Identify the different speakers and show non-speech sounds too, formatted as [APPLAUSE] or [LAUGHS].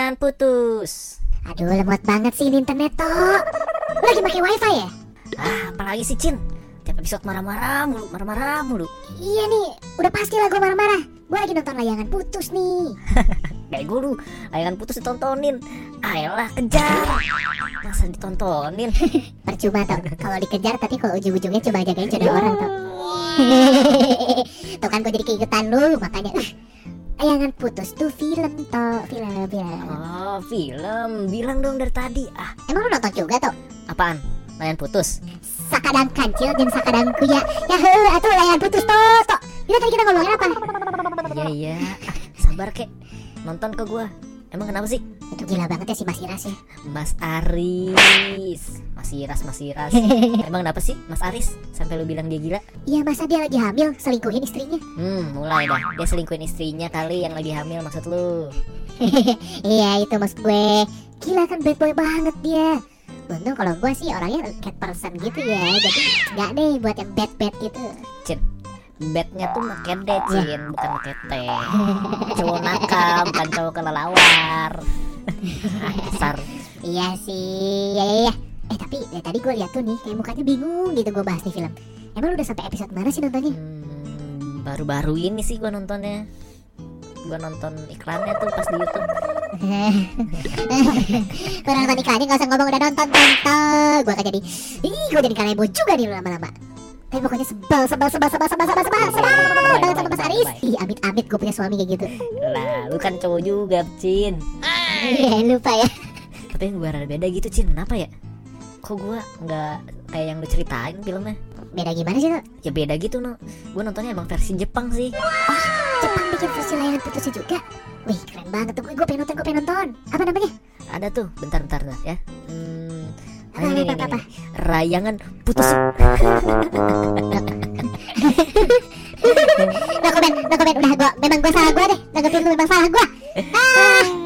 Speaker 1: terputus.
Speaker 2: Aduh, lemot banget sih ini internet, Tok. Lu lagi pakai wifi ya?
Speaker 1: Ah, apalagi sih Cin? Tiap episode marah-marah mulu, marah-marah mulu.
Speaker 2: Iya nih, udah pastilah gue marah-marah. Gue lagi nonton layangan putus nih.
Speaker 1: Bego lu, layangan putus ditontonin. Ayolah, kejar. Masa ditontonin?
Speaker 2: Percuma, Tok. Kalau dikejar, tapi kalau ujung-ujungnya coba jagain jodoh orang, [LAUGHS] Tok. Tuh kan gue jadi keingetan lu, makanya. Layangan putus tuh film, Tok. Film, film.
Speaker 1: Oh, film. Bilang dong dari tadi. Ah,
Speaker 2: Emang lu nonton juga, Tok?
Speaker 1: apaan? Layan putus.
Speaker 2: Sakadang kancil dan sakadang kuya. Ya, heuh, atuh layangan putus, Tok. Tok. Gila, tadi kita ngomongin apa?
Speaker 1: Iya, iya. Ah, sabar, Kek. Nonton ke gua. Emang kenapa sih?
Speaker 2: Itu gila banget ya si Mas Iras ya.
Speaker 1: Mas Aris. Mas Iras, Mas Iras. Emang kenapa sih Mas Aris sampai lu bilang dia gila?
Speaker 2: Iya masa dia lagi hamil selingkuhin istrinya?
Speaker 1: Hmm, mulai dah. Dia selingkuhin istrinya kali yang lagi hamil maksud lu.
Speaker 2: iya itu maksud gue. Gila kan bad boy banget dia. Untung kalau gue sih orangnya cat person gitu ya, jadi nggak deh buat yang bad bad gitu.
Speaker 1: Bednya tuh make D, Cin, bukan make T. Cowok nakal, bukan cowok kelelawar. Nah, Dasar.
Speaker 2: Iya sih, ya ya ya. Eh tapi dari tadi gue lihat tuh nih, kayak mukanya bingung gitu gue bahas di film. Emang lu udah sampai episode mana sih nontonnya?
Speaker 1: Hmm, baru-baru ini sih gua nontonnya. Gua nonton iklannya tuh pas di YouTube.
Speaker 2: Gue nonton iklannya gak usah ngomong udah nonton tonton Gue akan jadi Ih gue jadi kalebo juga nih lu lama-lama Tapi pokoknya sebel sebel sebel sebel sebel sebel sebel sebel Banget sama Mas Aris Ih amit-amit gue punya suami kayak gitu
Speaker 1: Lah, lu kan cowok juga, Cin.
Speaker 2: Iya lupa ya
Speaker 1: Tapi yang gua rada beda gitu, Cin. Kenapa ya? Kok gua nggak kayak yang lu ceritain filmnya?
Speaker 2: Beda gimana sih lo?
Speaker 1: Ya beda gitu, no. Gua nontonnya emang versi Jepang sih.
Speaker 2: Jepang bikin versi layangan putusnya juga Wih keren banget tuh gue pengen nonton gue pengen nonton Apa namanya?
Speaker 1: Ada tuh, bentar bentar bentar, ya. Hmm,
Speaker 2: Apa,
Speaker 1: ini,
Speaker 2: apa,
Speaker 1: ini,
Speaker 2: apa,
Speaker 1: ini. Rayangan putus.
Speaker 2: No comment no comment udah gue Memang gue salah gue deh Nanggepin lu memang salah gue ah.